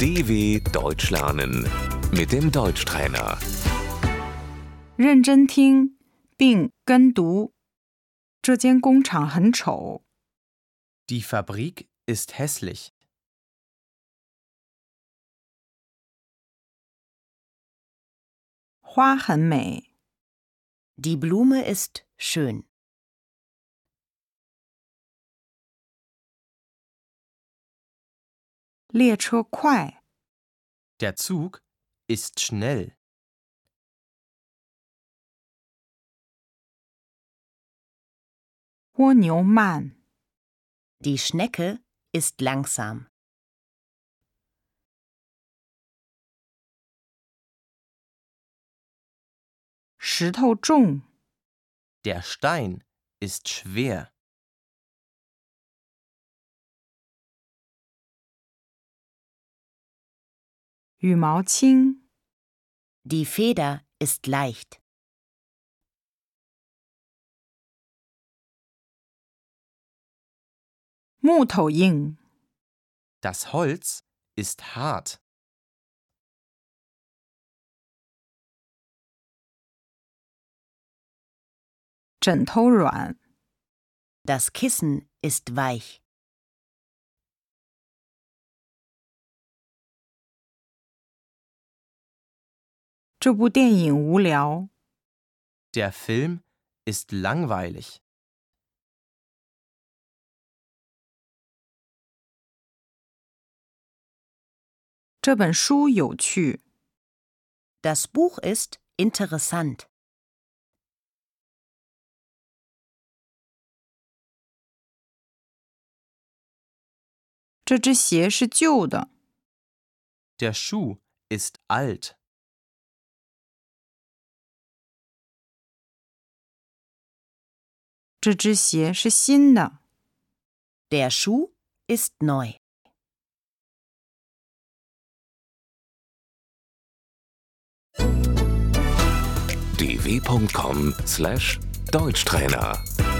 DW Deutsch lernen mit dem Deutschtrainer. 认真听并跟读。这间工厂很丑， Die Fabrik ist hässlich. 花很美， Die Blume ist schön. 列车快， Der Zug ist schnell. 蜗牛慢， Die Schnecke ist langsam. 石头重， Der Stein ist schwer. 羽毛轻， Die Feder ist leicht. 木头硬， Das Holz ist hart. 枕头软， Das Kissen ist weich. 这部电影无聊。 Der Film ist langweilig. « ce bon chou you chu. Das Buch ist interessant. Ce zhi xie shi jiu de. Der Schuh ist alt. Ce zhi xie shi xin de. Der Schuh ist neu. dw.com/deutschtrainer